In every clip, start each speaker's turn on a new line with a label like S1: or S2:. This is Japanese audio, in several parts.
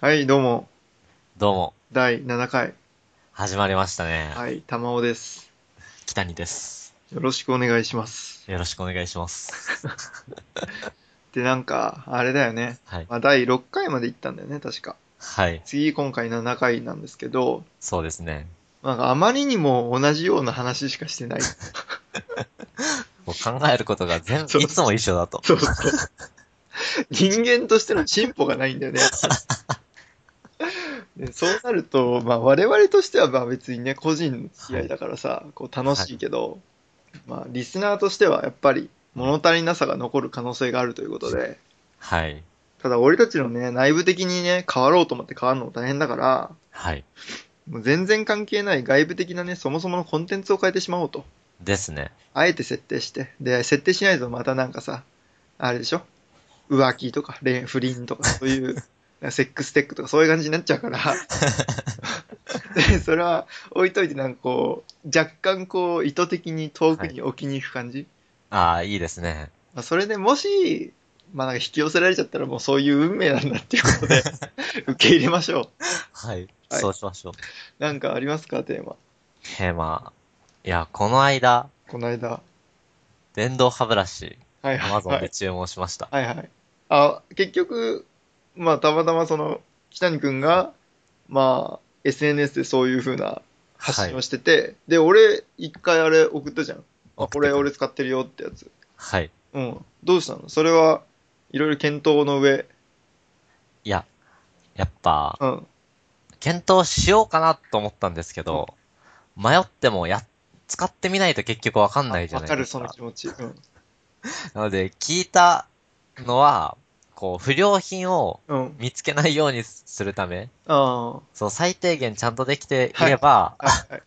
S1: はい、どうも。
S2: どうも、
S1: 第7回。
S2: 始まりましたね。
S1: はい、玉尾です。
S2: 北にです。
S1: よろしくお願いします。
S2: よろしくお願い します。
S1: で、なんか、あれだよね。
S2: はい。
S1: まあ、第6回まで行ったんだよね、確か。
S2: はい。
S1: 次、今回7回なんですけど、
S2: そうですね。
S1: なんか、あまりにも同じような話しかして ない。
S2: もう考えることが全
S1: そう
S2: 部、いつも一緒だと。
S1: そうそう。人間としての進歩がないんだよね。 でそうなると、まあ、我々としてはまあ別にね個人の付き合いだからさ、こう楽しいけど、まあ、リスナーとしてはやっぱり物足りなさが残る可能性があるということで
S2: はい。
S1: ただ俺たちのね内部的にね変わろうと思って変わるの大変だから
S2: はい。
S1: もう全然関係ない外部的なねそもそものコンテンツを変えてしまおうと
S2: ですね。
S1: あえて設定して。で、設定しないとまたなんかさ、あれでしょ浮気とか、恋不倫とか、そういう、セックステックとかそういう感じになっちゃうから。で、それは置いといてなんかこう、若干こう、意図的に遠くに置きに行く感じ。
S2: ああ、いいですね。
S1: まあ、それでもし、まあなんか引き寄せられちゃったらもうそういう運命なんだっていうこと で、受け入れましょ
S2: は
S1: は
S2: い。
S1: い
S2: そうしましょう。
S1: う。なんかありますかテーマ。
S2: テーマ。いや、この間、
S1: この間。
S2: 電動歯ブラシ、
S1: はいはい、
S2: Amazon
S1: は
S2: で
S1: い。
S2: 注文しました。
S1: はいはい。あ、結局、まあ、たまたまその、北にくんが、まあ、SNS でそういう風な発信をしてて、で、俺、一回あれ送ったじゃん。あ、これ俺使ってるよってやつ。
S2: はい。
S1: うん。どうしたのそれはいろいろ検討の上。
S2: いや、やっぱ、
S1: うん。
S2: 検討しようかなと思ったんですけど、迷ってもや、使ってみないと結局わかんないじゃ
S1: わ
S2: ない
S1: か
S2: で
S1: る、
S2: す
S1: そ
S2: か。
S1: の気持ち。うん。
S2: なので、聞いたのは、こう、不良品を
S1: うん。
S2: 見つけないようにするため、
S1: あ
S2: そう、最低限ちゃんとできていれば、
S1: あ。はいはい。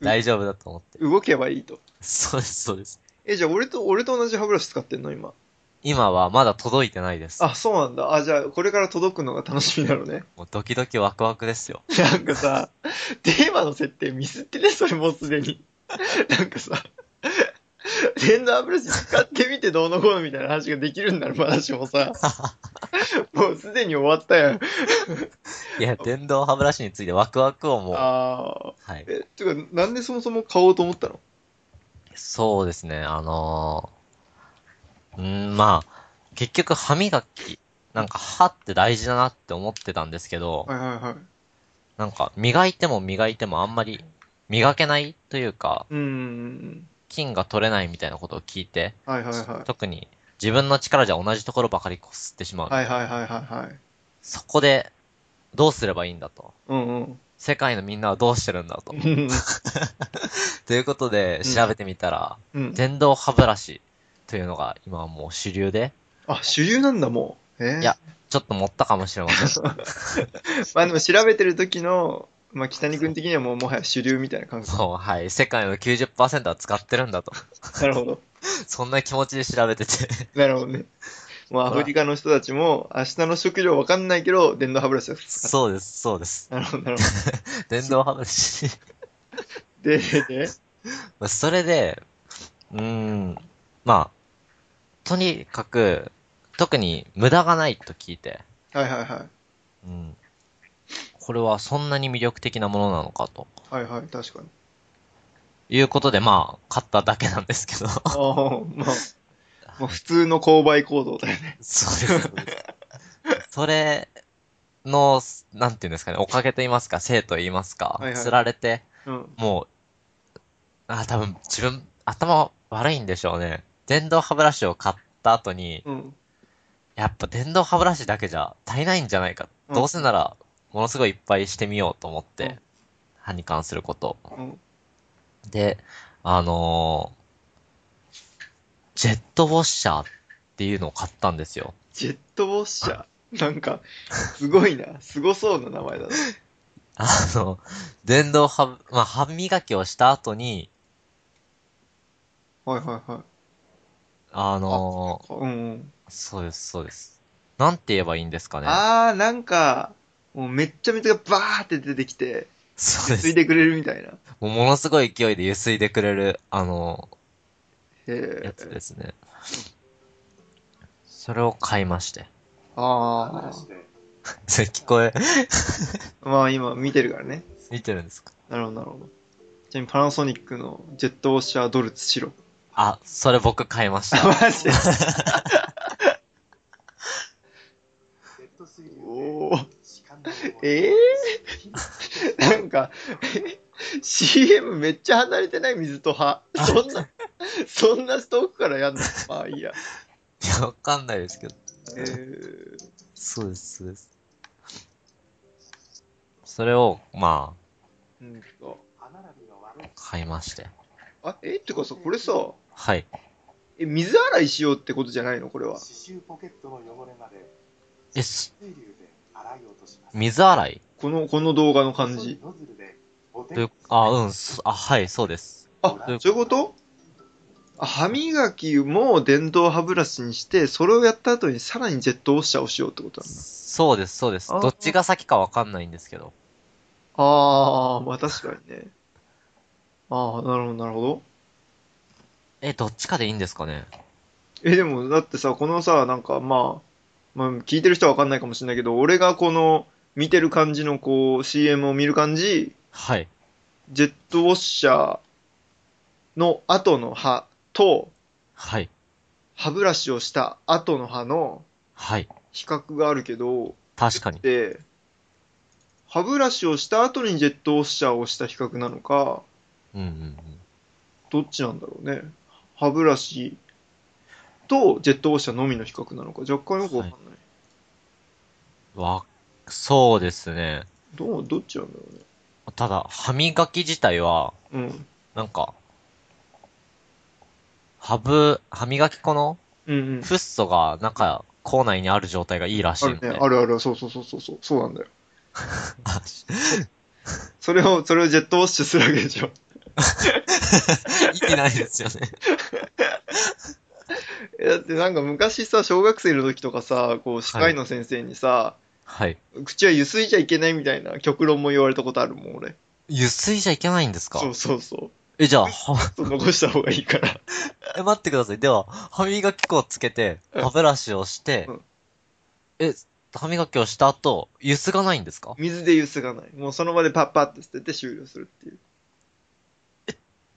S1: い
S2: 大丈夫だと思って。
S1: 動けばいいと。
S2: そうです、そうです。
S1: え、じゃあ俺と、俺と同じ歯ブラシ使ってんの今。
S2: 今はまだ届いてないです。
S1: あ、そうなんだ。あ、じゃあこれから届くのが楽しみだろうね。
S2: もうドキドキワクワクですよ。
S1: なんかさ、テーマの設定ミスってね、それもうすでに。 なんかさ、電動歯ブラシ使ってみてどうのこうのみたいな話ができるんなら話も さ、もうすでに終わったやん。
S2: いや、電動歯ブラシについてワクワクをもう、は
S1: ああ。
S2: い。
S1: え、てか、なんでそもそも買おうと思ったの
S2: そうですね、あのー、うーんまあ、結局歯磨き、なんか歯って大事だなって思ってたんですけど、
S1: はいはいはい。
S2: なんか磨いても磨いてもあんまり磨けないというか、
S1: うーん。
S2: 菌が取れないみたいなことを聞いて、
S1: はいはいはい。
S2: 特に自分の力じゃ同じところばかりこすってしまう。
S1: はいはいはいはいはい。
S2: そこでどうすればいいんだと。
S1: うん うん
S2: 世界のみんなはどうしてるんだと
S1: う。ん。
S2: ということで
S1: うん
S2: 調べてみたら、
S1: うん。
S2: 電動歯ブラシというのが今はもう主流で、
S1: あ、主流なんだもう。えー
S2: いやちょっと持ったかもしれま せん。
S1: まあでも調べてる時の、まあ北に君的にはもうもはや主流みたいな感覚。
S2: そう、はい。世界の90%は使ってるんだと。
S1: なるほど。
S2: そんな気持ちで調べてて。
S1: なるほどね。もうアフリカの人たちも、明日の食料わかんないけど、電動歯ブラシです。
S2: そうです、そうです。
S1: なるほど、な るほ
S2: 電動歯ブラシ。
S1: ど。で、で、で、
S2: まあそれで、うーん、まあ、とにかく、特に無駄がないと聞いて、
S1: はいはいは
S2: うん。これはそんなに魅力的なものなのかと。
S1: い。はいはい、確かに。
S2: いうことで、まあ、買っただけなんで すけど。
S1: ああ、まあ、まあ、普通の購買行動だよね。
S2: そうです。それの、なんていうんですかね、おかげと言いますか、生と言いますか、
S1: はいはい
S2: 釣られて、
S1: うん。
S2: もう、あ、多分自分、頭悪いんでしょうね。電動歯ブラシを買った後に、
S1: うん。
S2: やっぱ電動歯ブラシだけじゃ足りないんじゃないか。
S1: うん
S2: どうせなら、ものすごいいっぱいしてみようと思って、
S1: うん
S2: 歯に関すること。
S1: うん。
S2: で、あのージェットウォッシャーっていうのを買ったんですよ。
S1: ジェットウォッシャー。なんか、すごいな。すごそうな名前だな。
S2: あの、電動歯、まあ、歯磨きをした後に、
S1: はいはいはい。
S2: あの
S1: うんうん。
S2: ーそうです、そうです。なんて言えばいいんですかね。
S1: ああ、なんか、もうめっちゃ水がバーって出てきて、
S2: そう
S1: 吸い
S2: です。
S1: でくれるみたいな。
S2: もうものすごい勢いでゆすいでくれる、あのーや
S1: へ
S2: つ
S1: え。
S2: ですね。それを買いまして。
S1: ああ。
S2: それ聞こえ、
S1: まあ今見てるからね。
S2: 見てるんですか
S1: なるほど、なるほど。ちなみにパナソニックのジェットウォッシャードルツ白。
S2: あ、それ僕 買いました。
S1: マジで。
S3: ジェット水流
S1: お
S3: で
S1: ー
S3: 痴漢の終わり
S1: ええー、なんか、え CM めっちゃ離れてない水と葉。そんな、そんなストークからやんのまあいいや。
S2: いや、わかんないですけど。
S1: えー、
S2: そうです、そうです。それを、ま
S1: うんと。
S3: 歯並びが悪い
S2: あ、買いまして。
S1: あ、えってかさ、これさ、
S2: はい。
S1: え、水洗いしようってことじゃないのこれは。
S3: 歯周ポケットの汚れまで
S2: え、す
S3: 水流で洗い落とします
S2: 水洗い
S1: この、この動画の感じ。
S3: ノズルでボテ
S2: とい
S3: ッ
S2: う、あ、うん、そあ、はい、そうです。
S1: あ、そういうことあ歯磨きも電動歯ブラシにして、それをやった後にさらにジェットウォッシャーをしようってことなんだ。
S2: そうです、そうです。
S1: あー
S2: どっちが先かわかんないんですけど。
S1: あー、まあ確かにね。あー、なるほど、なるほど。
S2: え、どっちかでいいんですかね
S1: え、でも、だってさ、このさ、なんか、まあ、まあ、聞いてる人はわかんないかもしれないけど、俺がこの、見てる感じの、こう、CM を見る感じ、
S2: はい。
S1: ジェットウォッシャーの後の歯と、
S2: はい。
S1: 歯ブラシをした後の歯の
S2: はい。
S1: 比較があるけど、
S2: 確かに。
S1: で、歯ブラシをした後にジェットウォッシャーをした比較なのか、
S2: うんうんうん。
S1: どっちなんだろうね。歯ブラシとジェットウォッシャーのみの比較なのか、若干よくわかんない。
S2: わ、そうですね。
S1: どう、どっちなんだろ
S2: ただ、歯磨き自体は、
S1: うね。うん。
S2: なんか、歯ブ、歯磨き粉の
S1: うんうん。
S2: フッ素が、なんか、口内にある状態がいいらしい
S1: あ
S2: の
S1: る
S2: で。
S1: ね。あるある、そうそうそうそうそう。そうなんだよ。
S2: あ
S1: それを、それをジェットウォッシュするわけでしょ。
S2: 意味 ないですよね。
S1: えだってなんか昔さ、小学生の時とかさ、こう、歯科医の先生にさ、
S2: はい。
S1: 口はゆすいじゃいけないみたいな極論も言われたことあるもん、俺。
S2: ゆすいじゃいけないんですか
S1: そうそうそう。
S2: え、じゃあ、は、
S1: そう残した方がいい から。
S2: え、待ってください。では、歯磨き粉をつけて、
S1: うん
S2: 歯ブラシをして
S1: うん、
S2: え、歯磨きをした後、ゆすがないんですか
S1: 水でゆすがない。もうその場でパッパって捨てて終了するっていう。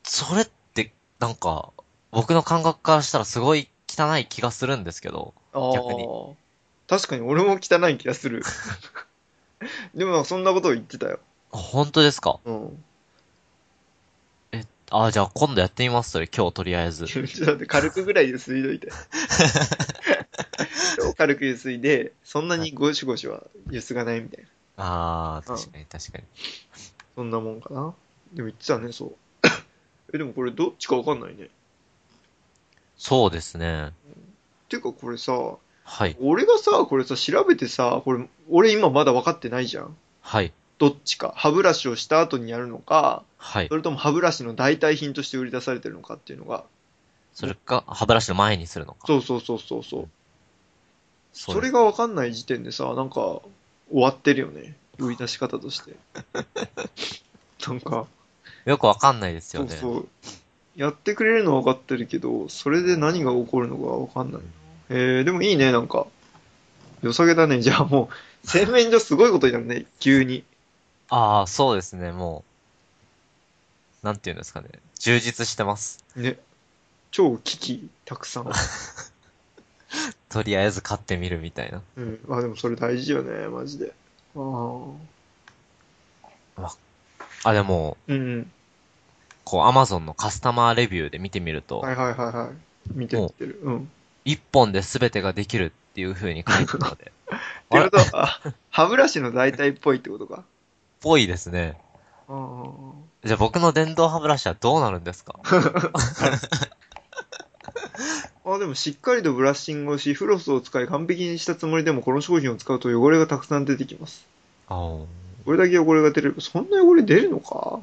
S2: それって、なんか、僕の感覚からしたらすごい汚い気がするんですけど。
S1: あ
S2: 逆に
S1: あ。確かに俺も汚い気がす る。でもそんなことを言ってたよ。
S2: あ本当ですか
S1: うん。
S2: あ、じゃあ今度やってみます、それ。今日とりあえず。
S1: ちょっと待って軽くぐらいゆすいと いて。超軽くゆすいで、そんなにゴシゴシはゆすがないみたいな。
S2: あー、
S1: うん
S2: 確かに確かに。
S1: そんなもんかな。でも言ってたね、そう。 え、でもこれどっちかわかんないね。
S2: そうですね。
S1: ていうかこれさ、
S2: はい。
S1: 俺がさ、これさ、調べてさ、これ、俺今まだ分かってないじゃん。
S2: はい。
S1: どっちか。歯ブラシをした後にやるのか、
S2: はい
S1: そ。れとも歯ブラシの代替品として売り出されてるのかっていうのが。
S2: それか、歯ブラシの前にするのか。
S1: そうそうそうそうそう。
S2: そ
S1: それが分かんない時点でさ、なんか、終わってるよね。売り出し方として。なんか、
S2: よくわかんないです
S1: そ
S2: よ
S1: う
S2: ね。
S1: そう。やってくれるのは分かってるけど、それで何が起こるのか分かんない。えー、でもいいね、なんか。良さげだね。じゃあもう、洗面所すごいことになるね、急に。
S2: ああ、そうですね、もう。なんていうんですかね。充実してます。
S1: ね。超危機、たくさ ん。
S2: とりあえず買ってみるみたいな。
S1: うん。あ、でもそれ大事よね、マジで。ああ。
S2: あ、でも、
S1: うんうん。
S2: こう、アマゾンのカスタマーレビューで見てみると、
S1: はいはいはいはい。見て
S2: お
S1: 見てる。うん。
S2: 一本で全てができるっていう風に書いてた ので、
S1: ってことは、 あ歯ブラシの代替っぽいってことか。
S2: ぽいですね。
S1: ああ。
S2: じゃあ僕の電動歯ブラシはどうなるんですか
S1: あ、でもしっかりとブラッシングをし、フロスを使い完璧にしたつもりでもこの商品を使うと汚れがたくさん出てきます。
S2: あー
S1: これだけ汚れが出れば、そんな汚れ出るのか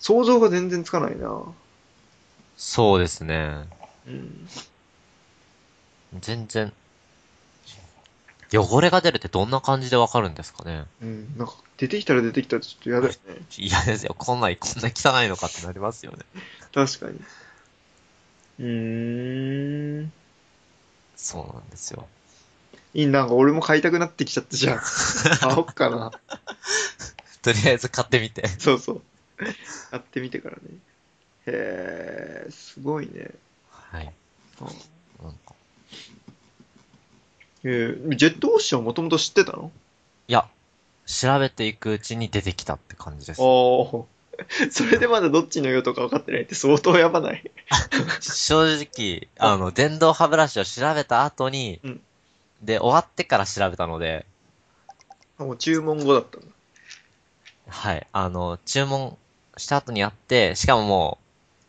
S1: 想像が全然つかないな。
S2: そうですね。
S1: うん。
S2: 全然。汚れが出るってどんな感じでわかるんですかね
S1: うん。なんか、出てきたら出てきたらちょっと嫌だよね。
S2: 嫌ですよ。こんなん、こんな汚いのかってなりますよね。
S1: 確かに。うーん。
S2: そうなんですよ。
S1: いいなんか俺も買いたくなってきちゃったじ ゃん。買おっかな。
S2: とりあえず買ってみて。
S1: そうそう。やってみてからね。へえ、すごいね。
S2: はい。なんか
S1: えージェットオーシャンもともと知ってたの
S2: いや、調べていくうちに出てきたって感じです。
S1: ああ。 それでまだどっちの用とか分かってないって相当やばない。
S2: 正直、あの、電動歯ブラシを調べた後に、
S1: うん
S2: で、終わってから調べたので、
S1: あもう注文後だったんだ。
S2: はい。あの、注文した後にやって、しかももう、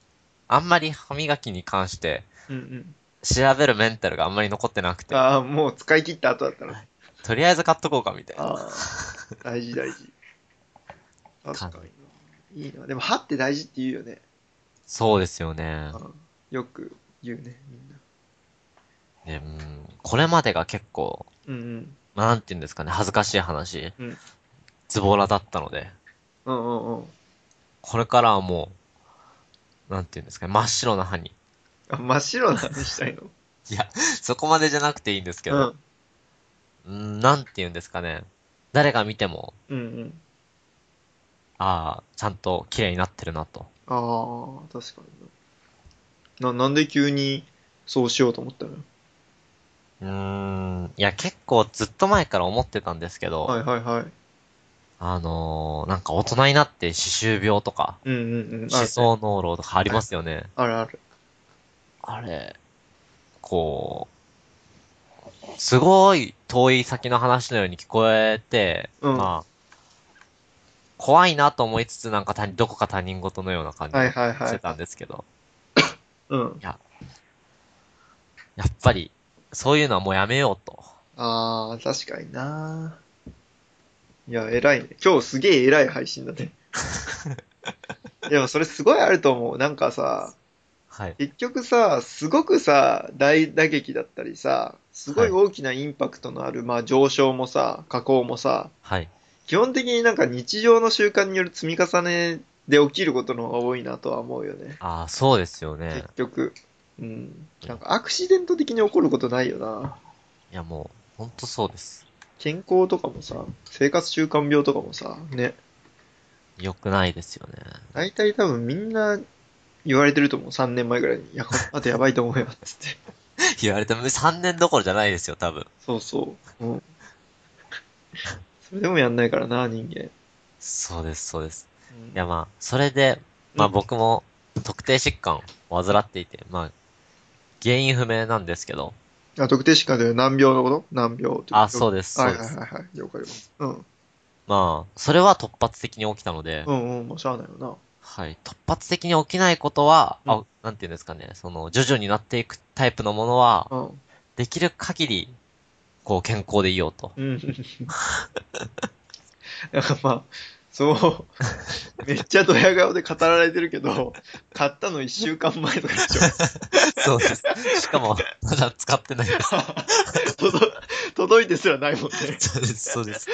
S2: あんまり歯磨きに関して、
S1: うんうん。
S2: 調べるメンタルがあんまり残ってなくて、
S1: ああ、もう使い切った後だったの。
S2: とりあえず買っとこうかみたいな。
S1: ああ、大事大事。確か
S2: か
S1: に。いいな。でも歯って大事って言うよね。
S2: そうですよね。
S1: うんよく言うね、みんな。
S2: でうん、これまでが結構、
S1: うん
S2: まあ、なんて言うんですかね、恥ずかしい話、
S1: うん
S2: ズボラだったので、
S1: うん。うんうんうん。
S2: これからはもう、なんて言うんですかね、真っ白な歯に。
S1: あ真っ白な話したいの。
S2: いや、そこまでじゃなくていいんですけど、うん、なんて言うんですかね、誰が見ても、
S1: うん。うんうん。
S2: ああ、ちゃんと綺麗になってるなと。
S1: ああ、確かにな。な、なんで急にそうしようと思ったの
S2: うーん、いや、結構ずっと前から思ってたんですけど、
S1: はいはいはい。
S2: あのーなんか大人になって歯周病とか、
S1: うんうんうん。あ
S2: 歯
S1: る
S2: 槽膿漏とかありますよね。
S1: あるある。
S2: あれ、こう、すごい遠い先の話のように聞こえて、
S1: うん
S2: まあ、怖いなと思いつつ、なんか他人どこか他人事のような感じ
S1: はい
S2: が
S1: はい
S2: し
S1: は
S2: て
S1: い。
S2: たんですけど、
S1: うん。
S2: やっぱり、そういうのはもうやめようと。
S1: ああ、確かにな。いや、偉いね。今日すげえ偉い配信だね。でもそれすごいあると思う。なんかさ、
S2: はい。
S1: 結局さ、すごくさ、大打撃だったりさ、すごい大きなインパクトのある、まあ上昇もさ、下降もさ、
S2: はい。
S1: 基本的になんか日常の習慣による積み重ねで起きることの方が多いなとは思うよね。
S2: ああ、そうですよね
S1: 結。局。うん。なんかアクシデント的に起こることないよな。
S2: いや、もう、ほんとそうです。
S1: 健康とかもさ、生活習慣病とかもさ、ね。
S2: 良くないですよね。
S1: 大体多分みんな言われてると思う。3年前ぐらいに。いや、この後やばいと思うよ。つって。
S2: 言われても3年どころじゃないですよ、多分。
S1: そうそう。うん。それでもやんないからな、人間。
S2: そうです、そうです。
S1: うん
S2: いや、まあ、それで、まあ
S1: うん
S2: 僕も特定疾患を患っていて、まあ、原因不明なんですけど、
S1: あ、特定疾患で難病のこと難病ってこと
S2: あそうです
S1: はい
S2: そう
S1: はい
S2: です
S1: はいはい。了解です。うん。
S2: まあ、それは突発的に起きたので、
S1: うんうん、もうしゃあないよな。
S2: はい、突発的に起きないことは、
S1: う
S2: あ、なんていうんですかね、その、徐々になっていくタイプのものは、
S1: うん。
S2: できる限り、こう、健康でいようと。
S1: うん。なんかまあ、そう、 めっちゃドヤ顔で語られてるけど、買ったの1週間前とかでしょ。
S2: そうです。しかも、まだ使ってない。
S1: 届届いてすらないもんね。
S2: そうです、そうです。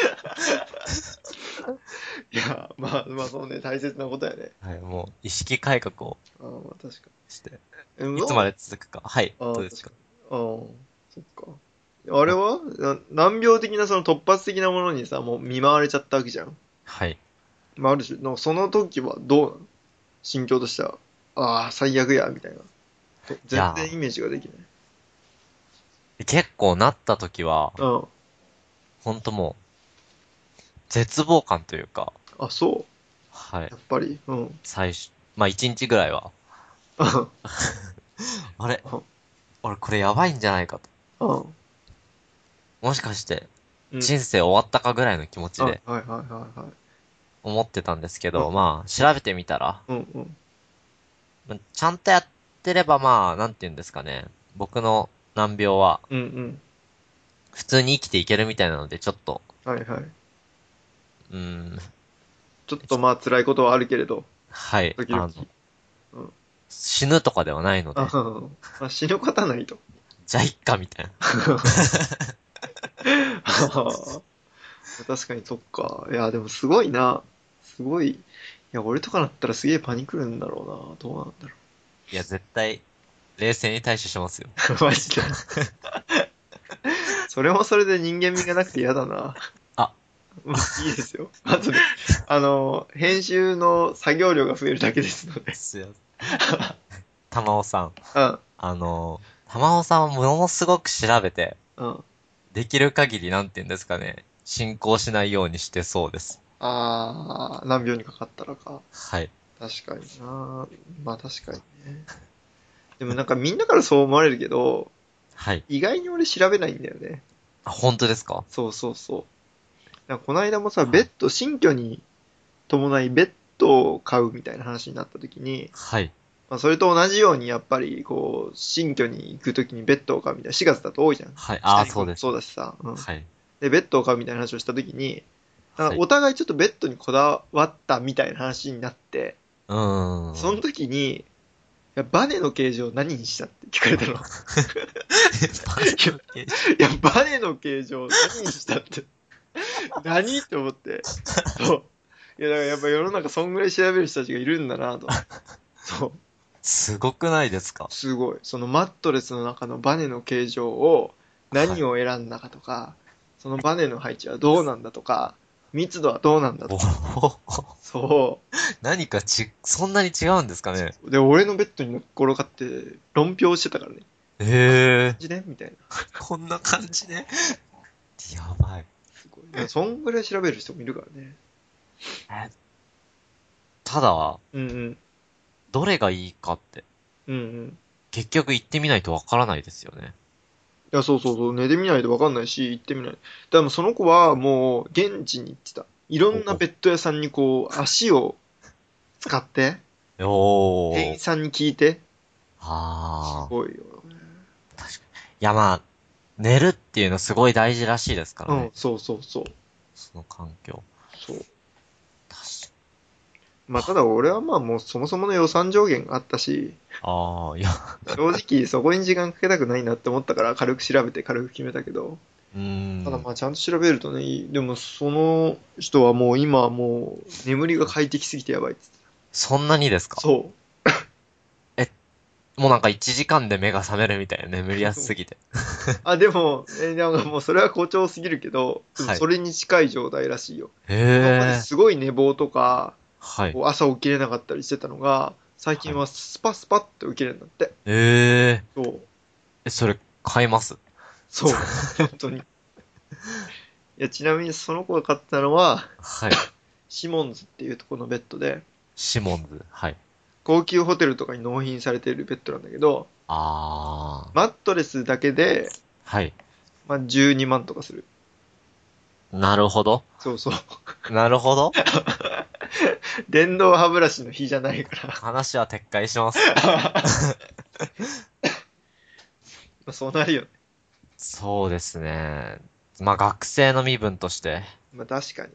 S1: いや、まあ、まあそうね、大切なことやね。
S2: はい、もう、意識改革を
S1: ああ、まあ確か
S2: して、
S1: に。
S2: いつま
S1: で
S2: で続くか。はい、
S1: あ
S2: どうですか。
S1: ああ、そっか。あれはな難病的なその突発的なものにさ、もう見舞われちゃったわけじゃん。
S2: はい。
S1: まあある種、のその時はどうなの心境としては、ああ、最悪や、みたいな。と全
S2: や
S1: 然イメージができない。
S2: 結構なった時は、
S1: うん。
S2: ほんともう、絶望感というか、
S1: あ、そう。
S2: はい
S1: や。っぱり。うん。
S2: 最初、まあ一日ぐらいは、
S1: うん。
S2: あれ
S1: うん
S2: 俺これやばいんじゃないかと。
S1: うん
S2: もしかして、
S1: うん。
S2: 人生終わったかぐらいの気持ちで
S1: あはいはいはいはい。
S2: 思ってたんですけ
S1: う
S2: ど、まあ調べてみたら、
S1: うんうん。
S2: まあちゃんとやってればまあ、なんて言うんですかね、僕の難病は
S1: うんうん。
S2: 普通に生きていけるみたいなので、ちょっと、
S1: はいはい。
S2: うーん、
S1: ちょっとまあ辛いことはあるけれど。
S2: はい、
S1: ドキド
S2: あの
S1: キ、うん
S2: 死ぬとかではないので
S1: あ、うん まあ、死ぬことはないと。
S2: じゃあいっかみたいな。
S1: ああ 確かにそっか。いや、でもすごいな。すごい。いや、俺とかなったらすげえパニクるんだろうな。どうなんだろ
S2: いや、絶対、冷静に対処しますよ。
S1: う。マジで。それもそれで人間味がなくて嫌だな。
S2: あ
S1: まあ、いいですよ。あとで、あの、編集の作業量が増えるだけですの で。
S2: すいません玉尾さん。
S1: うん、
S2: あの、玉尾さんはものすごく調べて、
S1: うん。
S2: できる限り、なんて言うんですかね、進行しないようにしてそうです。
S1: あー、何秒にかかったらか。
S2: はい。
S1: 確かになまあ確かにね。でもなんかみんなからそう思われるけど、
S2: はい。
S1: 意外に俺調べないんだよね。
S2: あ、本当ですか
S1: そうそうそう。なんかこの間もさ、ベッド、新居に伴いベッドを買うみたいな話になった時に、
S2: はい。
S1: まあ、それと同じようにやっぱりこう、新居に行く時にベッドを買うみたいな、4月だと多いじゃん。
S2: はい。ああ、
S1: 下に
S2: そうです。
S1: そうだしさ、うん。
S2: はい。
S1: で、ベッドを買うみたいな話をした時に、なん
S2: は
S1: か
S2: い
S1: お互いちょっとベッドにこだわったみたいな話になって、
S2: うーん。
S1: その時に、いやバネの形状何にしたって聞かれたの。いや、バネの形状何にしたって。何って思って。そう。いや、だからやっぱ世の中そんぐらい調べる人たちがいるんだなと。そう。
S2: すごくないです か
S1: すごい。そのマットレスの中のバネの形状を何を選んだかとか、そのバネの配置はどうなんだとか、密度はどうなんだ
S2: お
S1: とか。
S2: ー
S1: そ
S2: 何かち、そんなに違うんですか ね
S1: う。で、俺のベッドに乗っ転がって論評してたからね。
S2: ええ
S1: マジでみたいな。
S2: こんな感じで。やばい。
S1: すごいね。そんぐらい調べる人もいるからね。
S2: ただ、
S1: うんうん。
S2: どれがいいかって、
S1: うんうん。
S2: 結局行ってみないとわからないですよね。
S1: いや、そうそうそう。寝てみないとわかんないし、行ってみない。でもその子はもう、現地に行ってた。いろんなベッド屋さんにこう、足を使って、
S2: お
S1: 店員
S2: ー。
S1: さんに聞いて。す
S2: あー。
S1: ごいよ。
S2: いや、まあ、寝るっていうのすごい大事らしいですか
S1: う
S2: らね。
S1: ん、そうそうそう。
S2: その環境。
S1: そう。
S2: 確か
S1: まあ、ただ俺はまあもうそもそもの予算上限があったし、
S2: ああ、いや、
S1: 正直そこに時間かけたくないなって思ったから軽く調べて軽く決めたけど、
S2: うーん。
S1: ただまあちゃんと調べるとね、いいでもその人はもう今はもう眠りが快適すぎてやばいって言って
S2: そんなにです
S1: た。
S2: か
S1: そ
S2: もうなんか1時間で目が覚めるみたいな、眠りやすすぎて。
S1: う。あ、でも、えなんかもうそれは誇張すぎるけど、でも
S2: はい
S1: それに近い状態らしいよ。今まで
S2: へえ。
S1: すごい寝坊とか、
S2: はい。
S1: こう朝起きれなかったりしてたのが、最近はスパスパッと起きれるんだって。
S2: ええ。
S1: そう。
S2: え、それ、買います
S1: そう。本当に。いや、ちなみにその子が買ったのは、
S2: はい。
S1: シモンズっていうとこのベッドで、
S2: シモンズ。はい。
S1: 高級ホテルとかに納品されているベッドなんだけど、
S2: ああ。
S1: マットレスだけで、
S2: はい。
S1: まあ、12万とかする。
S2: なるほど。
S1: そう そう。
S2: なるほど。
S1: 電動歯ブラシの比じゃないから、ま
S2: 話は撤回します。
S1: あ、そうなるよね。
S2: そうですね。まあ、学生の身分として。
S1: まあ、確かに。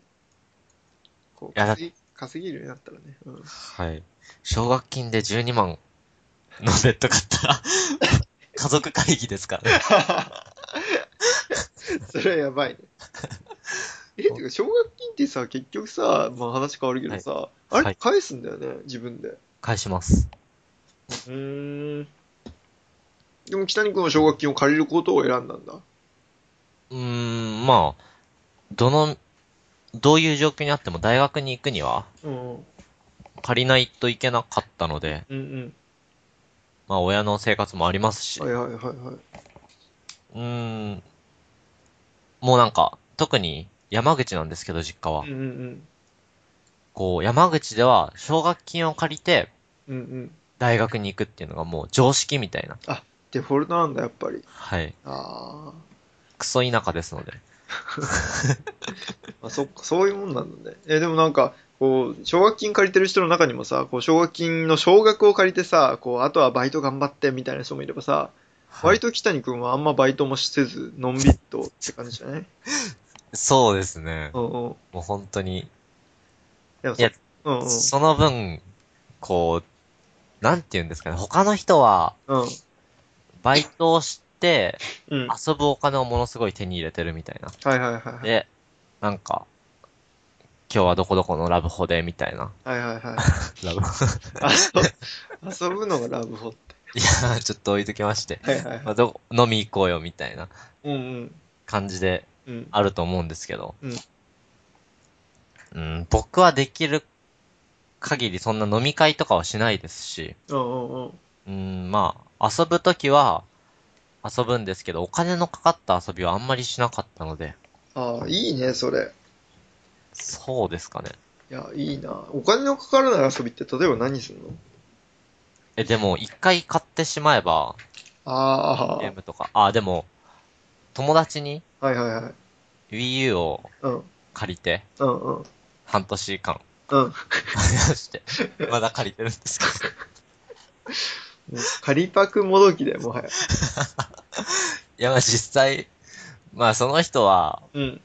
S1: こう
S2: いやだ
S1: 稼ぎ、稼げるようになったらね。うん。
S2: はい。奨学金で12万のベッド買った ら、家族会議ですからね。
S1: それはや ばいね。え、てか、奨学金ってさ、結局さ、まあ話変わるけどさ、あ
S2: は
S1: れ
S2: い
S1: 返すんだよね、自分で。う
S2: 返します。
S1: ーん。でも、北に君は奨学金を借りることを選んだんだ。
S2: うーん、まあ、どの、どういう状況にあっても大学に行くには
S1: うん。うん
S2: 借りないといけなかったので、
S1: うん。
S2: まあ親の生活もありますし、
S1: はいはいはいはい。
S2: うーん、もうなんか、特に山口なんですけど実家
S1: う、
S2: は
S1: んうん
S2: こう山口では奨学金を借りて
S1: うん。うんうん。
S2: 大学に行くっていうのがもう常識みたいな、
S1: デフォルトなんだ、やっぱり。
S2: はい、
S1: あ
S2: クソ田舎ですので、
S1: あ。まあ、そっか、そういうもんなんだね。え、でもなんか、こう、奨学金借りてる人の中にもさ、こう、奨学金の少額を借りてさ、こう、あとはバイト頑張ってみたいな人もいればさ、
S2: はい
S1: 割と北に君はあんまバイトもせず、のんびりとって感じじゃない
S2: そうですね
S1: う。んうん。
S2: もう本当に、
S1: でも
S2: いや
S1: うんうん。
S2: その分、こう、なんて言うんですかね、他の人は、
S1: うん。
S2: バイトをして、
S1: うん。は
S2: 遊ぶお金をものすごい手に入れてるみたいな。
S1: いはいはいはい。
S2: で、なんか、今日はどこどこのラブホで、みたいな。
S1: はいはいはい。
S2: ラブホ
S1: 遊ぶのがラブホって。
S2: いや、ちょっと置いときまして。
S1: はいはいは
S2: ま
S1: い。
S2: あ、どこ、飲み行こうよ、みたいな
S1: うんうん。
S2: 感じで
S1: うん。
S2: あると思うんですけど。
S1: うん
S2: うん僕はできる限りそんな飲み会とかはしないですし、
S1: うんうんうん。
S2: うん、まあ、遊ぶときは遊ぶんですけど、お金のかかった遊びはあんまりしなかったので、
S1: ああ、いいね、それ。
S2: そうですかね。
S1: いや、いいな。お金のかからない遊びって、例えば何するの
S2: え、でも、一回買ってしまえば、
S1: あ
S2: ゲームとか、あ、でも、友達に
S1: あ、はいはいはい。
S2: Wii U を
S1: うん、
S2: 借りて、
S1: うん、うん。
S2: 半年間
S1: うん、
S2: 借りまして、まだ借りてるんですけど。
S1: 仮パクもどきだよ、もはや。
S2: いや、まあ実際、まあその人は、
S1: うん。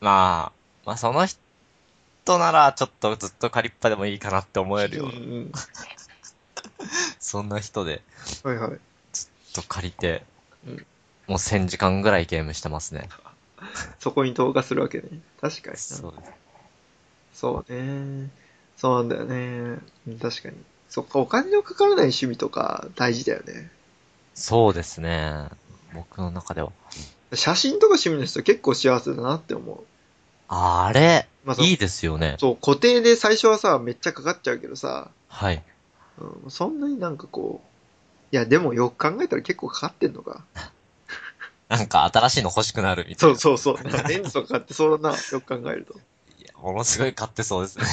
S2: まあ、まあその人ならちょっとずっと借りっぱでもいいかなって思えるよう
S1: う
S2: な、
S1: ん、
S2: そんな人で、
S1: うん。はいはい。
S2: ちょっと借りて
S1: うん、
S2: もう1000時間ぐらいゲームしてますね。
S1: そこに投下するわけね。確かにな。
S2: そうです。
S1: そうね。そうなんだよね。うん確かに。そっか、お金のかからない趣味とか大事だよね。
S2: そうですね。僕の中では。
S1: 写真とか趣味の人結構幸せだなって思う。
S2: あれ、
S1: まあその
S2: いいですよね。
S1: そう、固定で最初はさ、めっちゃかかっちゃうけどさ、
S2: はい。
S1: うん、そんなになんかこう、いや、でもよく考えたら結構かかってんのか。
S2: なんか新しいの欲しくなるみたい
S1: そ
S2: な。
S1: うそうそう。レンズとか買ってそうだな、よく考えると。
S2: いやものすごい買ってそうですね。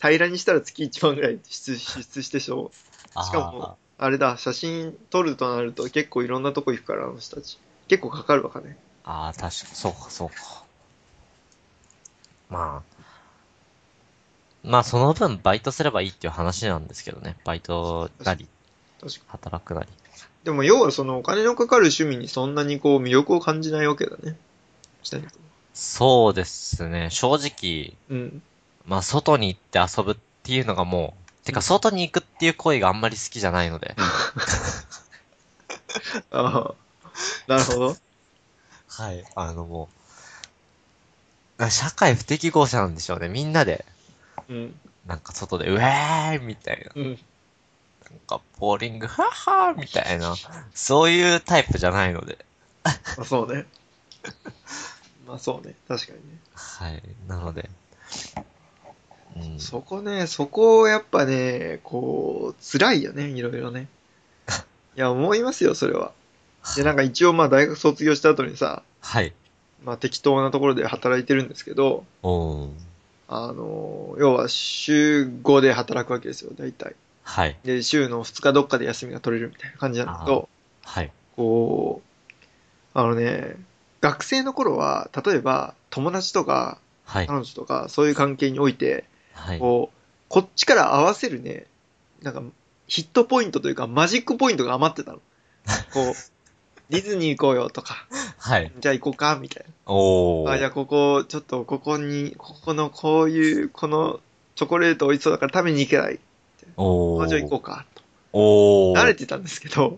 S1: 平らにしたら月1万ぐらい支出支出してしょ。
S2: あー
S1: しかも、あれだ、写真撮るとなると結構いろんなとこ行くから、あの人たち。結構かかるわかね。
S2: ああ、確かに、そうか、そうか。まあ。まあ、その分、バイトすればいいっていう話なんですけどね。バイトなり
S1: 確か、
S2: 働くなり。
S1: でも要はそのお金のかかる趣味にそんなにこう魅力を感じないわけだね。下に
S2: そうですね。正直、
S1: うん。
S2: まあ、外に行って遊ぶっていうのがもう、て
S1: う
S2: か、
S1: ん
S2: 外に行くっていう行為があんまり好きじゃないので。
S1: ああ。なるほど。
S2: はい。あの、もう、社会不適合者なんでしょうね。みんなで、
S1: うん。
S2: なんか外で、うえーいみたいな。
S1: うん。
S2: なんか、ボーリング、はっはーみたいな、そういうタイプじゃないので。
S1: まあそうね。まあそうね。確かにね。
S2: はい。なので。うん。
S1: そこね、そこをやっぱね、こう、辛いよね、いろいろ ね。いや、思いますよ、それは。で、なんか一応まあ大学卒業した後にさ、
S2: はい。
S1: まあ適当なところで働いてるんですけど、
S2: おー。
S1: あの、要は週5で働くわけですよ、大体。
S2: はい。
S1: で、週の2日どっかで休みが取れるみたいな感じなんだけど、
S2: はい。
S1: こう、あのね、学生の頃は、例えば友達とか
S2: はい。
S1: 彼女とかそういう関係において、
S2: はい。
S1: こう、こっちから合わせるね、なんかヒットポイントというかマジックポイントが余ってたの。こ う、ディズニー行こうよとか、
S2: はい。
S1: じゃあ行こうか、みたいな。
S2: お
S1: あ、じゃ
S2: ー。
S1: あここ、ちょっとここに、ここのこういう、このチョコレート美味しそうだから食べに行けない。
S2: お
S1: あじゃあ行こ
S2: ー。
S1: うか、と。
S2: おー。
S1: 慣れてたんですけ ど、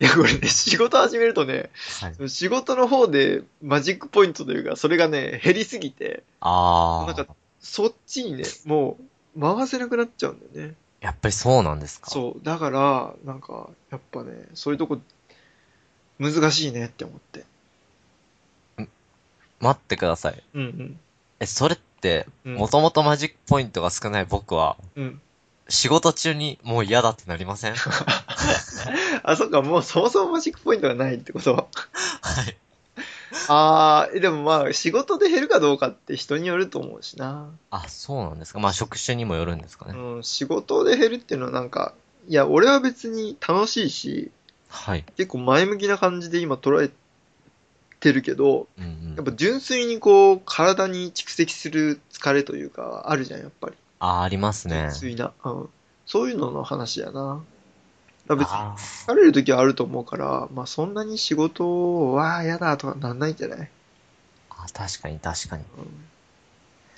S1: いやこれね、仕事始めるとね、
S2: はい。
S1: 仕事の方でマジックポイントというか、それがね、減りすぎて、
S2: あ
S1: なん
S2: ー
S1: か。そっちにね、もう回せなくなっちゃうんだよね。
S2: やっぱりそうなんですか。う。
S1: そう、だから、なんか、やっぱね、そういうとこ、難しいねって思って。
S2: 待ってください。
S1: うん
S2: え、それって、
S1: うん。
S2: もともとマジックポイントが少ない僕は、
S1: うん。うん。
S2: 仕事中にもう嫌だってなり ません
S1: あ、そっか、もうそもそもマジックポイントがないってこと。
S2: はい。
S1: あー、でもまあ、仕事で減るかどうかって人によると思うしな。
S2: あ、そうなんですか。まあ、職種にもよるんですかね。
S1: うん、仕事で減るっていうのはなんか、いや、俺は別に楽しいし、
S2: はい。
S1: 結構前向きな感じで今捉えてるけど、
S2: うんうん。
S1: やっぱ純粋にこう、体に蓄積する疲れというか、あるじゃん、やっぱり。
S2: あー、ありますね。
S1: 純粋な。うん。そういうのの話やな。だから別に
S2: あー。
S1: 疲れる時はあると思うから、まあそんなに仕事は嫌だとかなんないんじゃない、
S2: あ、確かに確かに。
S1: うん、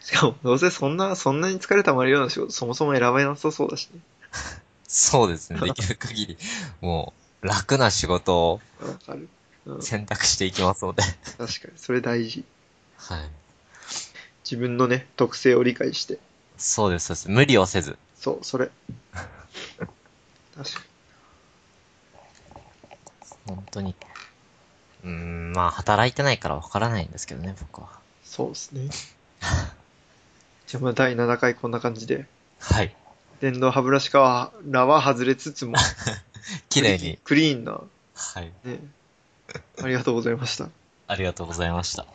S1: しかも、どうせそんな、そんなに疲れたまるような仕事、そもそも選ばなさそうだしね。
S2: そうですね。できる限り、もう、楽な仕事を
S1: わかる。うん、確
S2: 選択していきますので。
S1: かに。それ大事。
S2: はい。
S1: 自分のね、特性を理解して。
S2: そうです、そうです。無理をせず。
S1: そう、それ。確かに。
S2: 本当に。うーん、まあ、働いてないからわからないんですけどね、僕は。
S1: そうですね。じゃあまあ第7回こんな感じで、
S2: はい。
S1: 電動歯ブラシからは外れつつも、
S2: 綺麗に。
S1: クリーンな、
S2: はい。
S1: ね、ありがとうございました。
S2: ありがとうございました。